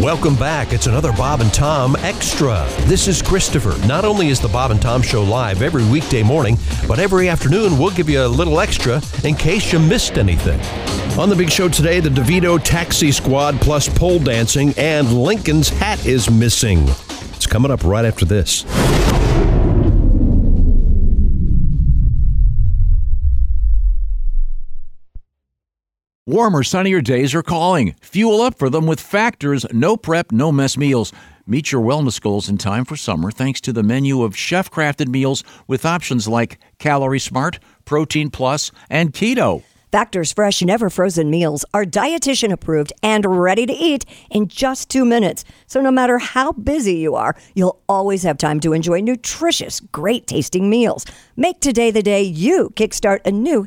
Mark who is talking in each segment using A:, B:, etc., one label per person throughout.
A: Welcome back. It's another Bob and Tom Extra. This is Christopher. Not only is the Bob and Tom Show live every weekday morning, but every afternoon we'll give you a little extra in case you missed anything.
B: On the big show today, the DeVito Taxi Squad plus pole dancing, and Lincoln's hat is missing. It's coming up right after this.
C: Warmer, sunnier days are calling. Fuel up for them with Factors no prep, no mess meals. Meet your wellness goals in time for summer thanks to the menu of chef crafted meals with options like Calorie Smart, Protein Plus, and Keto.
D: Factor's fresh, never frozen meals are dietitian approved and ready to eat in just two minutes. So, no matter how busy you are, you'll always have time to enjoy nutritious, great tasting meals. Make today the day you kickstart a new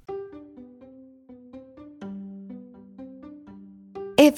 E: If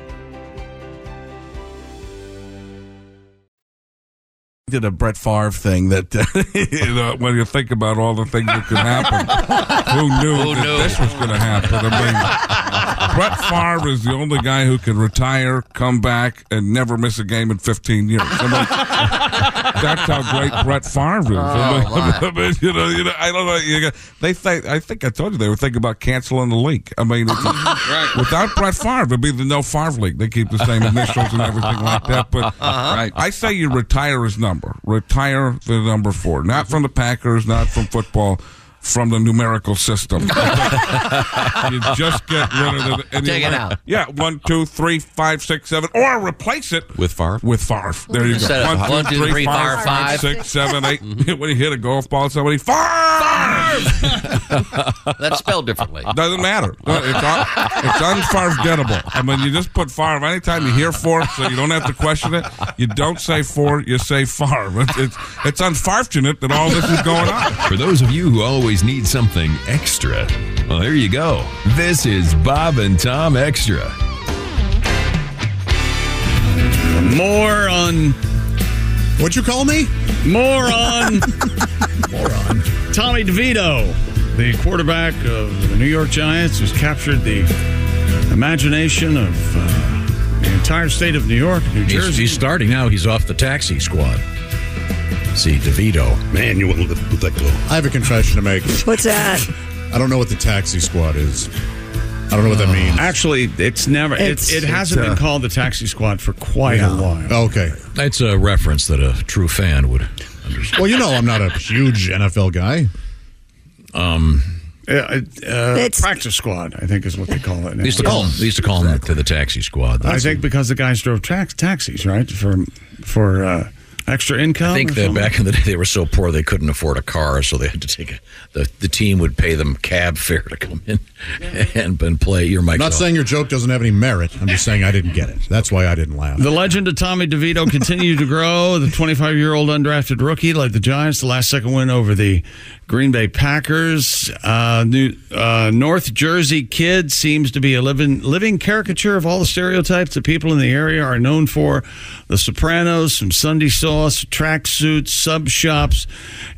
F: did a Brett Favre thing that you know, when you think about all the things that could happen, who knew
G: Who
F: that
G: knew?
F: this was going to happen? I mean, Brett Favre is the only guy who can retire, come back, and never miss a game in 15 years. I mean, that's how great Brett Favre is. I, mean,
G: Oh,
F: I mean, you know, you know, I don't know. You got, they think, I think I told you they were thinking about canceling the league. I mean, it's- without Brett Favre, it'd be the no Favre league. They keep the same initials and everything like that. But
G: Uh-huh. Right.
F: I say you retire his number. Retire the number four. Not from the Packers, not from football, from the numerical system. you just get rid of it. and you
G: Take it
F: like-
G: out.
F: Yeah, one, two, three, five, six, seven, or replace it
A: With Favre?
F: with Favre. There you
G: Instead
F: go.
G: of one, two, three, Favre, five. Mm-hmm.
F: six, seven, eight. when you hit a golf ball, somebody Favre.
G: That's spelled differently.
F: Doesn't matter. No, It's, un- it's unfarvgettable. I mean, you just put Favre anytime you hear Favre, so you don't have to question it. You don't say four, you say Favre. It's, it's, it's unfortunate that all this is going on.
H: For those of you who always need something extra, well, there you go. This is Bob and Tom Extra.
G: More on
I: What'd you call me?
G: Moron. Moron. Tommy DeVito, the quarterback of the New York Giants, who's captured the imagination of uh, the entire state of New York, New
J: He's,
G: Jersey.
J: he's starting now. He's off the taxi squad. See, DeVito. Man, you wouldn't live with that glow.
I: I have a confession to make.
D: What's that?
I: I don't know what the taxi squad is. I don't know what that means.
G: Actually, it's never.
D: It's-
G: it, it hasn't
J: it's,
G: been
J: uh,
G: called the Taxi Squad for quite a while.
I: Okay.
J: That's a reference that a true fan would.
I: Well, you know, I'm not a huge NFL guy.
J: um,
G: Uh, uh,
D: It's-
G: practice Squad, I think, is what they call it. now.
J: They used to call him. They used to call him to the taxi squad.
G: I think because the guys drove tax- taxis, right? For for uh, extra income?
J: I think
G: or
J: that
G: something?
J: back in the day they were so poor they couldn't afford a car, so they had to take a, the the team would pay them cab fare to come in and, and play. Your
I: I'm
J: mic.
I: not saying your joke doesn't have any merit. I'm just saying I didn't get it. That's why I didn't laugh.
G: The legend of Tommy DeVito continued to grow. The 25 year old undrafted rookie led the Giants to last second win over the Green Bay Packers. Uh, new, uh, North Jersey kid seems to be a living, living caricature of all the stereotypes that people in the area are known for The Sopranos, some Sunday sauce, tracksuits, sub shops.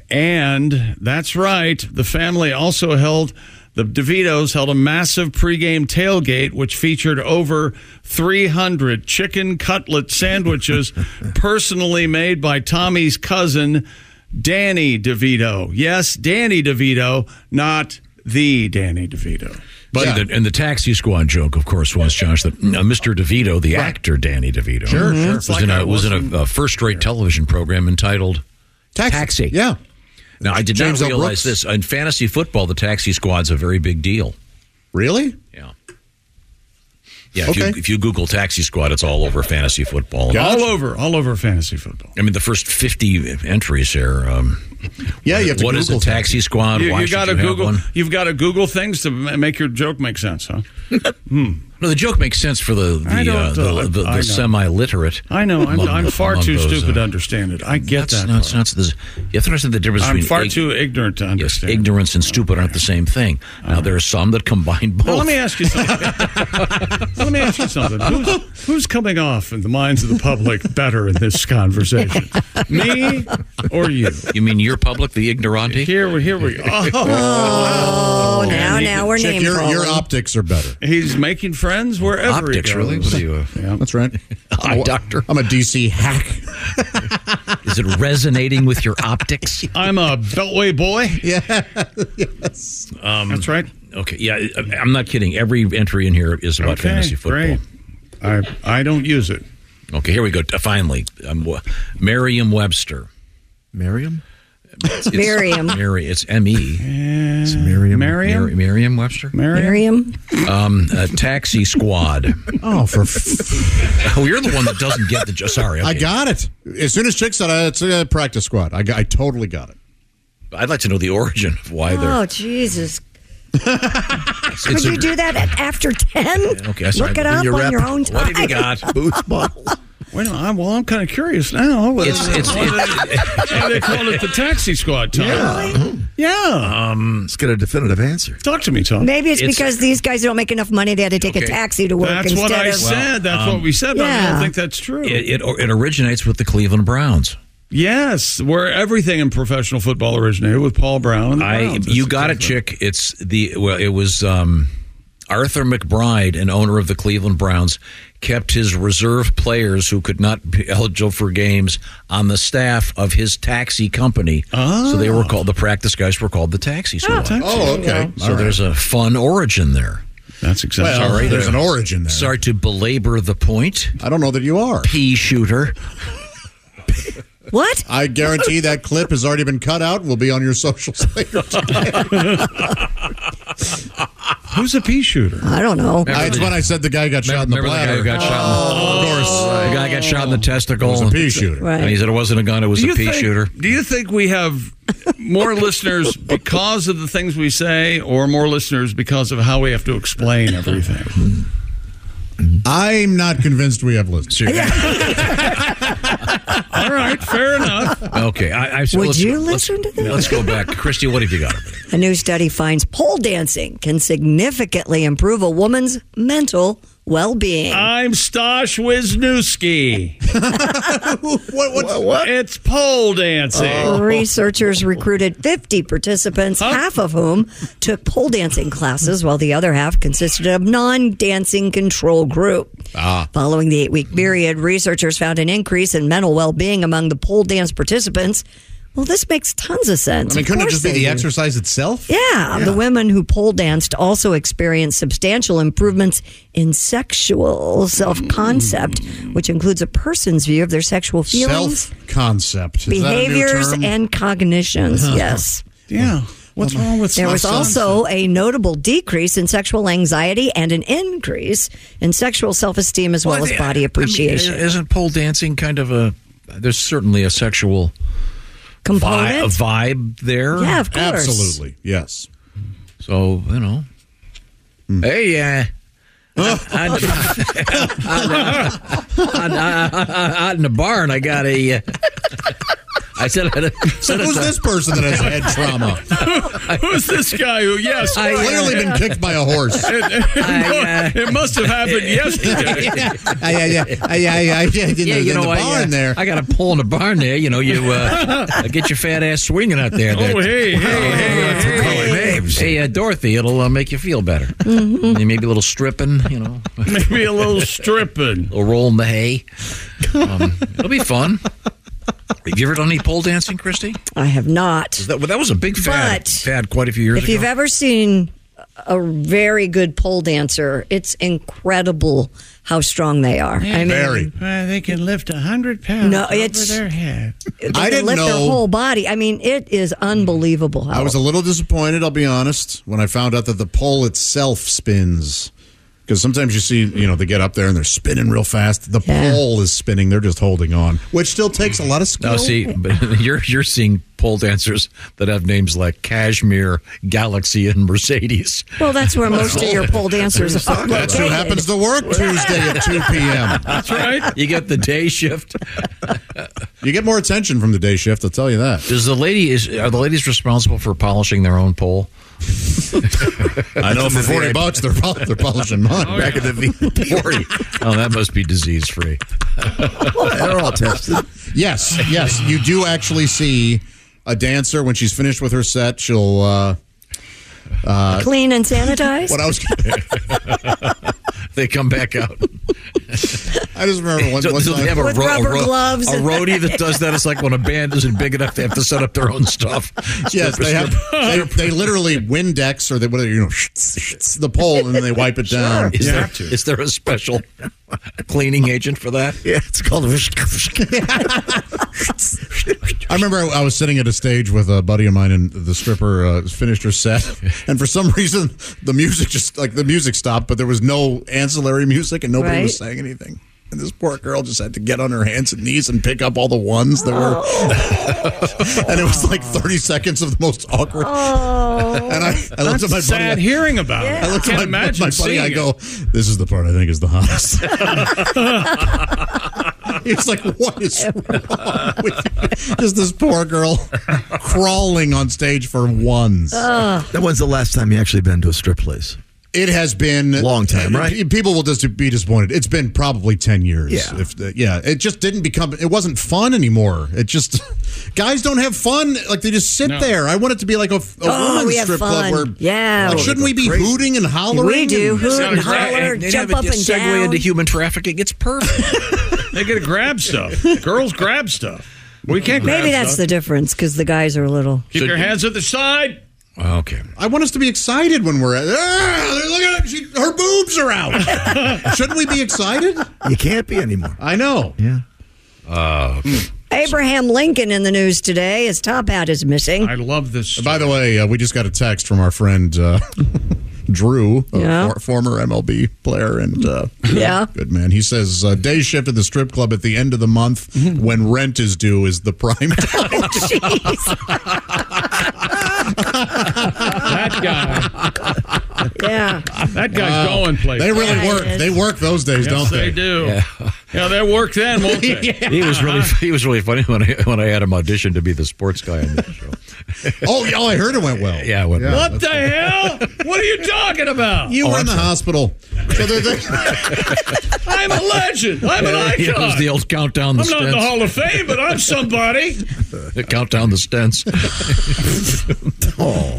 G: And that's right, the family also held. The DeVitos held a massive pregame tailgate, which featured over 300 chicken cutlet sandwiches personally made by Tommy's cousin, Danny DeVito. Yes, Danny DeVito, not the Danny DeVito.
J: But and, the, and the taxi squad joke, of course, was Josh that uh, Mr. DeVito, the actor Danny DeVito,
I: Sure, Mhm. sure.
J: was
I: It's like
J: in
I: I
J: a was in a, uh first-rate television program entitled
I: Taxi. Yeah.
J: Now I did
I: James L.
J: not realize
I: Brooks.
J: this. In fantasy football, the taxi squad's a very big deal.
I: Really?
J: Yeah. Yeah. If,
G: Okay.
J: you, if you Google taxi squad, it's all over fantasy football.
G: All over, all over fantasy football.
J: I mean, the first 50 entries here. Um,
I: yeah, you
G: have to
J: What is
G: Google
J: a taxi squad?
G: You,
J: Why
G: you
J: should
G: gotta
J: you have
G: Google.
J: one?
G: You've got to Google things to ma- make your joke make sense, huh?
J: No, the joke makes sense for the the,
G: I don't,
J: uh,
G: uh,
J: the, the,
G: I know.
J: the semi-literate.
G: I know. I'm,
J: among-
G: I'm far
J: among
G: too
J: those,
G: stupid
J: uh,
G: to understand it. I get
J: that's
G: that.
J: not, it's not the, you have to understand the difference
G: I'm
J: between
G: far too ignorant to
J: understand. ignorance and stupid aren't the same thing. Now there are some that combine both.
G: Now, Uh-huh. let me ask you something. let me ask you something. Who's, who's coming off in the minds of the public better in this conversation? Me or you?
J: You mean your public, the ignorante?
G: Here we here we go. Oh,
D: Oh, now, now we're
I: Chick,
D: name
I: your, your
D: calling.
I: optics are better.
G: He's making friends wherever
J: Optics,
G: he goes.
J: really? What are you, uh,
I: That's right.
J: eye doctor?
I: I'm a DC hack.
J: Is it resonating with your optics?
G: I'm a Beltway boy.
I: Yeah.
J: Um,
G: That's right.
J: Okay, yeah, I- I'm not kidding. Every entry in here is about
G: Okay,
J: fantasy football.
G: great. I I don't use it.
J: Okay, here we go. Uh, Finally, um, wh- Merriam-Webster.
K: Miriam?
J: It's- it's-
D: Merriam.
J: Merri- It's M E.
K: It's Miriam.
G: Marion?
J: Merri- Merriam-Webster.
D: Miriam.
J: Um, uh, taxi squad.
I: Oh, for f-
J: Oh, you're the one that doesn't get the. jo- Sorry, okay.
I: I got it. As soon as Chick said I, it's a practice squad, I, got- I totally got it.
J: I'd like to know the origin of why they're.
D: Oh, Jesus.
J: it's-
D: Could
J: it's
D: you
J: a-
D: do that at after 10?
J: Okay, sorry.
D: Look it up on your own time.
J: What have you got? Booth model.
G: Wait a minute. I'm, well, I'm kind of curious now.
J: It's it's it,
G: Maybe they called it the taxi squad, Tom. Um, Yeah.
K: Let's get a definitive answer.
G: Talk to me, Tom.
D: Maybe it's,
J: It's-
D: because these guys don't make enough money. They had to take a
J: Okay.
D: taxi to work
G: That's
D: instead
G: what I
D: of.
G: said. That's what we said. but I
D: yeah.
G: don't think that's true.
J: it, it it originates with the Cleveland Browns.
G: Yes, where everything in professional football originated with Paul Brown. and the
J: I
G: Browns.
J: you
G: That's
J: got it,
G: exactly-
J: chick. It's the well, it was um, Arthur McBride, an owner of the Cleveland Browns, kept his reserve players who could not be eligible for games on the staff of his taxi company. So they were called the practice guys were called the taxi squad.
I: Oh, okay.
J: so there's a fun origin there.
G: That's exactly
I: Well,
G: right.
I: there's an origin there.
J: Sorry to belabor the point.
I: I don't know that you are.
J: Pea shooter.
D: What?
I: I guarantee that clip has already been cut out and will be on your socials later.
G: Who's a pea shooter?
D: I don't know.
I: Uh, it's when I said the guy got shot in the
J: Remember the guy
I: bladder.
J: who got shot? in the-
I: of course.
J: The guy got shot in the testicle.
I: It was a pea shooter.
D: Right.
J: And he said it wasn't a gun; it was a pea
G: think,
J: shooter.
G: Do you think we have more listeners because of the things we say, or more listeners because of how we have to explain everything?
I: I'm not convinced we have listeners.
G: All right, fair enough.
J: Okay, I, I so
D: Would
J: let's-
D: you
J: let's-
D: listen to this?
J: Let's go back, Christy. What have you got? over there?
D: A new study finds pole dancing can significantly improve a woman's mental well being.
I: Ah,
G: I'm Stosh Wisniewski.
I: What, what,
G: It's pole dancing.
D: Researchers recruited 50 participants, half of whom took pole dancing classes, while the other half consisted of non dancing control group.
I: Ah.
D: Following the eight week period, researchers found an increase in mental well being among the pole dance participants. Well, this makes tons of sense.
I: I mean,
D: Of
I: couldn't it
D: course
I: just be
D: they
I: the
D: do.
I: exercise itself?
D: Yeah, the women who pole danced also experienced substantial improvements in sexual self concept, which includes a person's view of their sexual feelings,
I: Self concept.
D: behaviors, and cognitions. Yes.
G: Yeah. What's wrong with
D: There was
G: Stosh?
D: also a notable decrease in sexual anxiety and an increase in sexual self esteem as well, as body
J: I mean,
D: appreciation.
J: isn't pole dancing kind of a there's certainly a sexual
D: Component?
J: vi- vibe there.
D: Yeah, of course. Absolutely,
I: yes.
J: So you know,
G: Mm.
J: hey, yeah. out, out in the barn, I got a. Uh, I said, I said
I: Who's this person that has head trauma?
G: Who's this guy
I: Oh.
G: who, yes,
J: I, uh,
I: Clearly been kicked by a horse.
G: It, it- it must have happened yesterday.
I: yeah, yeah, yeah, yeah, yeah, yeah,
J: yeah, you know,
I: the
J: I,
I: barn
J: uh,
I: there.
J: I got a pole in the barn there. You know, you uh, get your fat ass swinging out there.
G: Oh,
J: That-
G: hey, hey, hey, hey.
J: hey, hey, uh, Dorothy, it'll uh, make you feel better. And Maybe a little stripping, you know,
I: Oh,
G: Maybe a little stripping.
J: a roll in the hay. Um, it'll be fun. Have you ever done any pole dancing, Christy?
D: I have not.
J: That, well, that was a big fad,
D: But-
J: fad quite a few years
D: If
J: ago.
D: you've ever seen a very good pole dancer, it's incredible how strong they are. I mean,
I: Very.
G: Well, they can lift a hundred pounds
D: No,
G: over
D: it's-
G: their head.
D: They
I: I
D: can
I: didn't
D: lift their
I: know-
D: whole body. I mean, it is unbelievable. How
I: I was a little disappointed, I'll be honest, when I found out that the pole itself spins. Because sometimes you see, you know, they get up there and they're spinning real fast. The
D: Yeah.
I: pole is spinning; they're just holding on, which still takes a lot of skill.
J: Now, see, but you're you're seeing pole dancers that have names like Cashmere, Galaxy, and Mercedes.
D: well, that's where most of your pole dancers are.
I: That's who
D: located.
I: happens to work Tuesday at two p.m.
G: That's right.
J: You get the day shift.
I: You get more attention from the day shift. I'll tell you that.
J: Does the lady is are the ladies responsible for polishing their own pole?
I: I know for forty bucks, they're pol- they're polishing mine.
K: Back at the VIP.
J: Forty. oh, that must be disease free.
K: They're all tested.
I: Yes, yes, you do actually see a dancer when she's finished with her set. She'll uh,
D: Clean and sanitized.
I: what I was.
J: They come back out.
I: I just remember one,
J: So-
I: one
J: so they have a
I: time.
D: With
J: ro- a
D: rubber
J: ro-
D: gloves
J: A
D: and-
J: roadie that does that. It's like when a band isn't big enough, they have to set up their own stuff.
I: Yes, they have. They, they literally Windex or they whatever you know the pole and then they wipe it down.
J: Is, there, is there a special cleaning agent for that?
K: Yeah, it's called.
I: I remember I, I was sitting at a stage with a buddy of mine, and the stripper uh, finished her set, and for some reason the music just like the music stopped, but there was no ancillary music, and nobody was
D: Right.
I: saying anything. And this poor girl just had to get on her hands and knees and pick up all the ones that were, and it was like thirty seconds of the most awkward. And I, I looked at my
G: Sad
I: buddy.
G: hearing about it.
I: I looked
G: Can't
I: at my,
G: imagine
I: my buddy. I
G: seeing
I: go,
G: it.
I: "This is the part I think is the hottest." He was like, "What is wrong with you?" Just this poor girl crawling on stage for ones.
K: That when's the last time you actually been to a strip place?
I: it has been
K: Long time, right?
I: P- People will just be disappointed. It's been probably ten years.
K: Yeah.
I: if the, yeah. It just didn't become. It wasn't fun anymore. It just guys don't have fun. Like they just sit there. I want it to be like a, a
D: Oh,
I: women's
D: we have
I: strip
D: fun.
I: club where
D: Yeah.
I: Like, shouldn't we be hooting and hollering?
D: we do
I: and-
D: hoot and
G: Sounds right.
D: holler,
J: They
D: jump
J: have
D: up
J: it
D: and
J: just segue
D: down.
J: into human trafficking. It's perfect.
G: They gotta grab stuff. Girls grab stuff. We can't grab
D: Maybe that's the
G: stuff.
D: difference because the guys are a little.
G: Keep your hands at the side.
J: okay.
I: I want us to be excited when we're at. Ah, look at her, she, her boobs are out. Shouldn't we be excited?
K: You can't be anymore.
I: I know.
K: Yeah.
D: Abraham Lincoln in the news today. His top hat is missing.
G: I love this.
I: By the way, uh, we just got a text from our friend uh, Drew, a
D: Yeah.
I: for- former MLB player and uh,
D: Yeah.
I: good man. He says uh, day shift at the strip club at the end of the month
D: Mm-hmm.
I: when rent is due is the prime time.
D: Jeez.
G: That guy.
D: yeah.
G: That guy's going places.
I: they really
D: Yeah,
I: work.
D: it is.
I: They work those days,
G: Yes,
I: don't
G: they
I: they?
G: do. Yeah. they work then, won't they?
J: He was really he was really funny when I when I had him audition to be the sports guy on the show.
I: Oh, yeah, I heard it went well.
J: Yeah, it went well.
G: What the hell? What are you talking about?
I: You were in the hospital. So they're, they
G: I'm a legend. I'm an
J: Yeah, it
G: icon.
J: was the old countdown the
G: I'm not in the
J: stents.
G: Hall of Fame, but I'm somebody.
J: countdown the stents.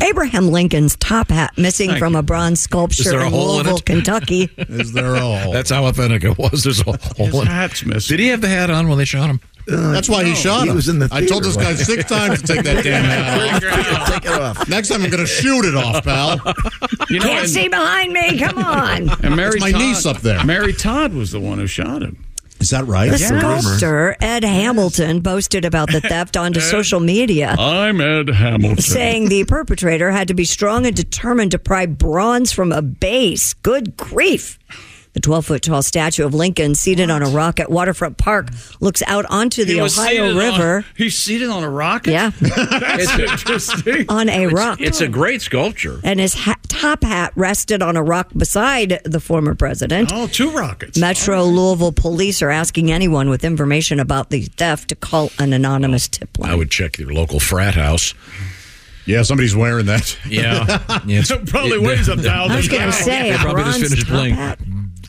D: Abraham Lincoln's top hat missing from a bronze
J: Is
D: sculpture
J: there a
D: in
J: hole in
D: Louisville,
J: it?
D: Kentucky.
I: is there all.
J: That's how authentic it was. There's a hole. in-
G: hat's missing.
J: Did he have the hat on when they shot him?
I: That's why Uh, he shot
K: He
I: him.
K: was in the
I: I told this
K: theater,
I: guy six times to take that damn hat
K: Take it off.
I: off. Next time I'm going to shoot it off, pal.
G: You know,
D: Can't
G: and,
D: see behind me. Come on.
G: and Mary
I: It's my
G: Todd,
I: niece up there.
G: Mary Todd was the one who shot him.
I: Is that right?
D: The sculptor Ed Hamilton boasted about the theft onto social media,
G: I'm Ed Hamilton.
D: saying the perpetrator had to be strong and determined to pry bronze from a base. Good grief. The 12 foot tall statue of Lincoln, seated on a rock at Waterfront Park, looks out onto the
L: He was
D: Ohio
L: seated
D: River.
L: On, he's seated on a rocket?
D: Yeah.
L: That's interesting.
D: On a rock.
J: It's a great sculpture.
D: and his ha- top hat rested on a rock beside the former president.
G: Oh, two rockets.
D: Metro Louisville police are asking anyone with information about the theft to call an anonymous tip line.
J: I would check your local frat house.
I: Yeah, somebody's wearing that.
J: Yeah, yeah it's-
G: Probably weighs a thousand I was gonna pounds. say,
J: they
G: a
J: probably just
G: bronze
J: finished
G: top
J: playing
G: hat.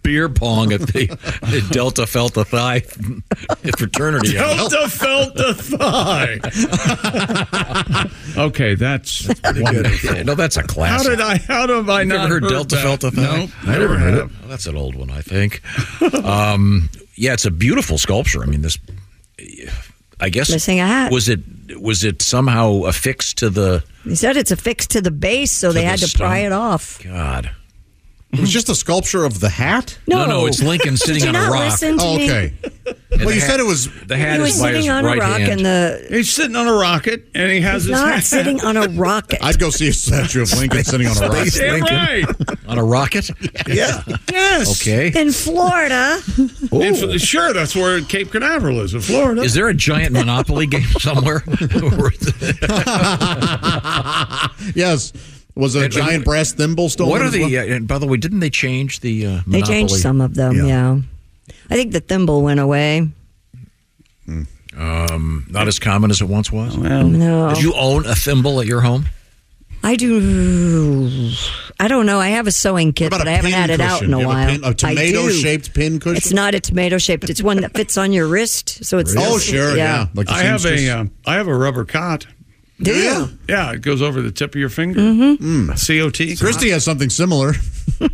J: beer pong at the, the Delta Felt a Thigh fraternity.
G: Delta felt the thigh.
L: Okay, that's,
J: wonderful. no, that's a
G: how
J: classic.
G: did I? How have I
J: You've
G: not
J: never heard, Delta
G: that?
J: Delta Felt a Thigh?
G: No, never heard it.
J: Well, that's an old one, I think. um, yeah, it's a beautiful sculpture. I mean, this. I guess
D: Missing a hat.
J: Was it was it somehow affixed to the
D: He said it's affixed to the base, so they
J: the
D: had to
J: stone?
D: pry it off.
J: God?
I: It was just a sculpture of the hat?
J: No, no, it's Lincoln sitting
D: Did
J: on
D: you
J: a
D: not
J: rock.
D: listen to
I: Oh,
D: me?
I: okay. well, you said it was.
J: The hat
D: He was
J: is by his
D: sitting on
J: right
D: a rock,
J: hand.
D: and the
G: He's sitting on a rocket, and he has
D: he's
G: his
D: not
G: hat.
D: sitting on a rocket.
I: I'd go see a statue of Lincoln sitting on a rock.
G: Damn right.
J: on a rocket.
K: Yeah.
G: Yes.
J: Okay.
D: In Florida,
G: And for the, sure, that's where Cape Canaveral is in Florida.
J: Is there a giant Monopoly game somewhere?
I: Yes. Was a giant brass thimble stolen?
J: what are
I: as
J: the?
I: well?
J: uh, and by the way, didn't they change the uh,
D: they
J: Monopoly?
D: changed some of them. Yeah. I think the thimble went away.
J: Um, not as common as it once was.
D: No,
J: Did you own a thimble at your home?
D: I do. I don't know. I have a sewing kit,
I: What
D: but
I: about a
D: I haven't
I: pin
D: had it out
I: cushion?
D: in a
I: You have
D: while.
I: a pin- a
D: I do.
I: tomato-shaped pin cushion?
D: It's not a tomato shaped. It's one that fits on your wrist, so it's
I: Oh, sure, yeah. Like the
G: I have
I: seamstress.
G: a um, I have a rubber cot.
D: Do you?
G: Yeah, it goes over the tip of your finger.
D: Mm-hmm.
G: COT.
I: Christy has something similar.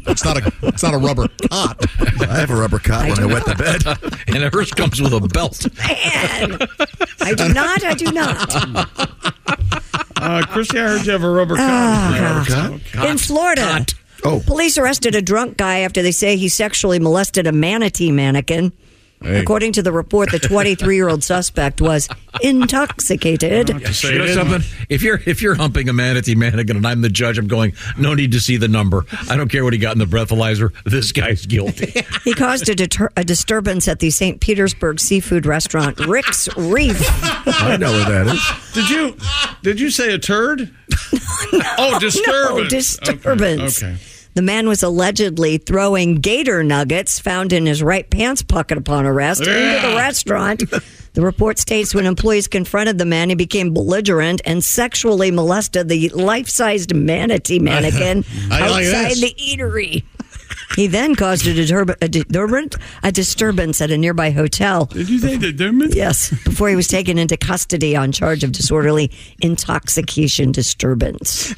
I: It's not a. It's not a rubber cot.
K: I have a rubber cot when I wet the bed.
J: And hers comes with a belt.
D: Man, I do not. I do not.
G: Uh, Christy, I heard you have a rubber cot.
D: Ah, in Florida.
K: Oh.
D: Police arrested a drunk guy after they say he sexually molested a manatee mannequin. According to the report, the 23 year old suspect was intoxicated.
G: Say
J: You know
G: it.
J: something? If you're if you're humping a manatee mannequin and I'm the judge, I'm going. No need to see the number. I don't care what he got in the breathalyzer. This guy's guilty.
D: He caused a, deter- a disturbance at the St. Petersburg seafood restaurant Rick's Reef.
K: I know where that is.
G: Did you did you say a turd? oh, disturbance.
D: No, disturbance.
G: Okay. okay.
D: The man was allegedly throwing gator nuggets found in his right pants pocket upon arrest into the restaurant. The report states when employees confronted the man, he became belligerent and sexually molested the life sized manatee mannequin
I: I like
D: outside
I: this.
D: the eatery. He then caused a, deterb- a, deterrent, a disturbance at a nearby hotel.
G: Did you say disturbance?
D: Yes, before he was taken into custody on charge of disorderly intoxication disturbance.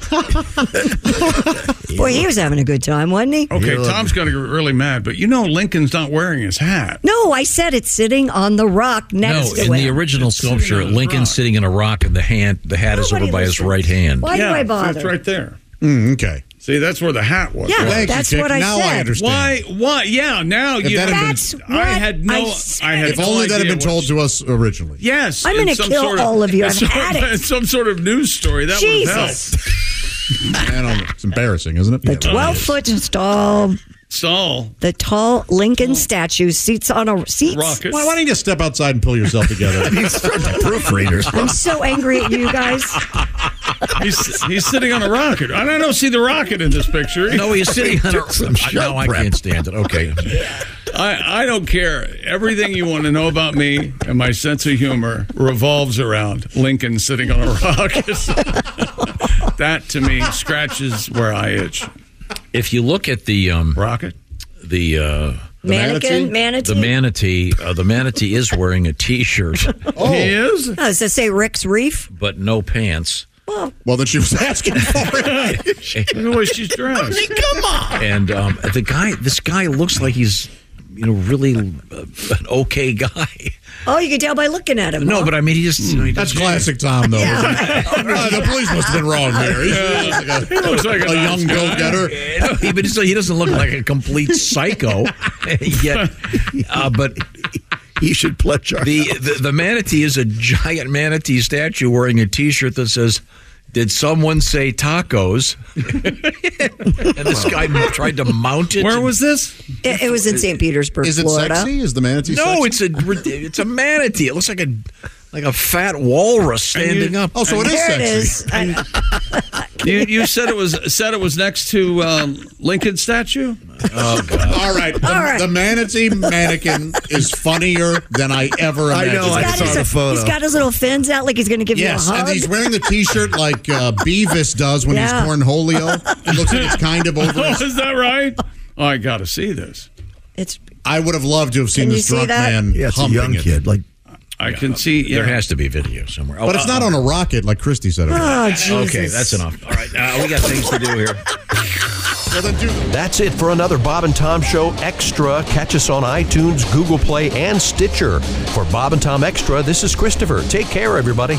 D: Boy, he was having a good time, wasn't he?
G: Okay, Tom's going to get really mad, but you know Lincoln's not wearing his hat.
D: No, I said it's sitting on the rock
J: no,
D: next
J: in
D: to it.
J: the original sculpture,
G: on a rock.
J: Lincoln's sitting in a rock, and the hand the hat is
D: Nobody
J: over by his
D: listens.
J: right hand.
D: Why do I
G: so
D: bother?
G: It's right there.
I: Mm, okay.
G: See, that's where the hat was.
D: Yeah,
G: Right.
I: Thank
D: that's
I: you, Chick.
D: what I
I: now
D: said.
I: I understand.
G: Why? Why? Yeah. Now
I: If
G: you.
I: that had been-
D: That's
G: I
D: what
G: had no.
D: I
G: I,
D: said.
G: had.
I: If
G: no
I: only that had
G: idea
I: been
G: what-
I: told to us originally.
G: Yes.
D: I'm
G: in
D: gonna
G: some
D: kill
G: sort
D: all of you.
G: in
D: I've
G: some,
D: had it.
G: in some sort of news story that would help.
D: Jesus.
I: I don't know. oh, It's embarrassing, isn't it?
D: The 12 foot tall,
G: Saul.
D: the tall
I: Oh.
D: Lincoln statue seats on a seats.
G: Rocket.
I: Why, why don't you just step outside and pull yourself together?
K: Proofreaders.
D: I'm so angry at you guys.
G: He's, he's sitting on a rocket. I don't know, see the rocket in this picture.
J: No, he's sitting on a rock.
K: some show
J: No, I
K: prep.
J: can't stand it. Okay.
G: I, I don't care. Everything you want to know about me and my sense of humor revolves around Lincoln sitting on a rocket. that to me scratches where I itch.
J: If you look at the um,
G: Rocket?
J: the uh,
D: Mannequin, manatee.
J: the manatee, uh, the manatee is wearing a T-shirt
G: Oh. He is?
D: Oh, does it say Rick's Reef?
J: but no pants,
I: well, then she was asking for it.
G: Look at the way she's dressed.
I: Come on.
J: and um, the guy, this guy looks like he's you know really uh, an okay guy.
D: Oh, you can tell by looking at him.
J: No,
D: huh?
J: but I mean he just you know he
I: That's
J: just-
I: classic Tom, though. Uh, the police must have been wrong there. He
G: looks like a
I: a young
G: nice guy.
I: go-getter.
J: No, he, but so he doesn't look like a complete psycho yet. Uh, but
K: He should pledge our
J: the, the the manatee is a giant manatee statue wearing a T-shirt that says Did someone say tacos? and this guy tried to mount it.
G: Where was this?
D: It, it was in St. Petersburg,
I: Is it
D: Florida.
I: sexy? Is the manatee
J: No,
I: sexy?
J: it's a it's a manatee. It looks like a like a fat walrus standing up.
I: Oh, so it is
D: There it
I: sexy.
D: is. I-
G: You, you said it was said it was next to um, Lincoln statue.
I: All right. The,
D: All right.
I: the manatee mannequin is funnier than I ever
M: I
I: imagined.
M: know, I
D: got
M: saw
D: his-
M: the photo.
D: He's got his little fins out like he's going to give
I: Yes,
D: you a hug.
I: and he's wearing the T-shirt like uh, Beavis does when
D: Yeah.
I: he's cornholio. It looks like it's kind of over.
N: Oh,
I: his-
N: is that right?
G: Oh, I got to see this.
D: it's
I: I would have loved to have seen
D: Can you
I: this
D: see
I: drunk
D: that?
I: man
M: Yeah, it's a
I: humping
M: young
I: it.
M: kid. Like,
G: I can see. Yeah.
J: There has to be video somewhere. Oh,
I: But it's
J: uh,
I: not on a rocket like Christy said. It was.
D: oh Jesus.
J: Okay, that's enough. All right, uh, we got things to do here.
I: Well, then do
A: That's it for another Bob and Tom Show Extra. Catch us on iTunes, Google Play, and Stitcher. For Bob and Tom Extra, this is Christopher. Take care, everybody.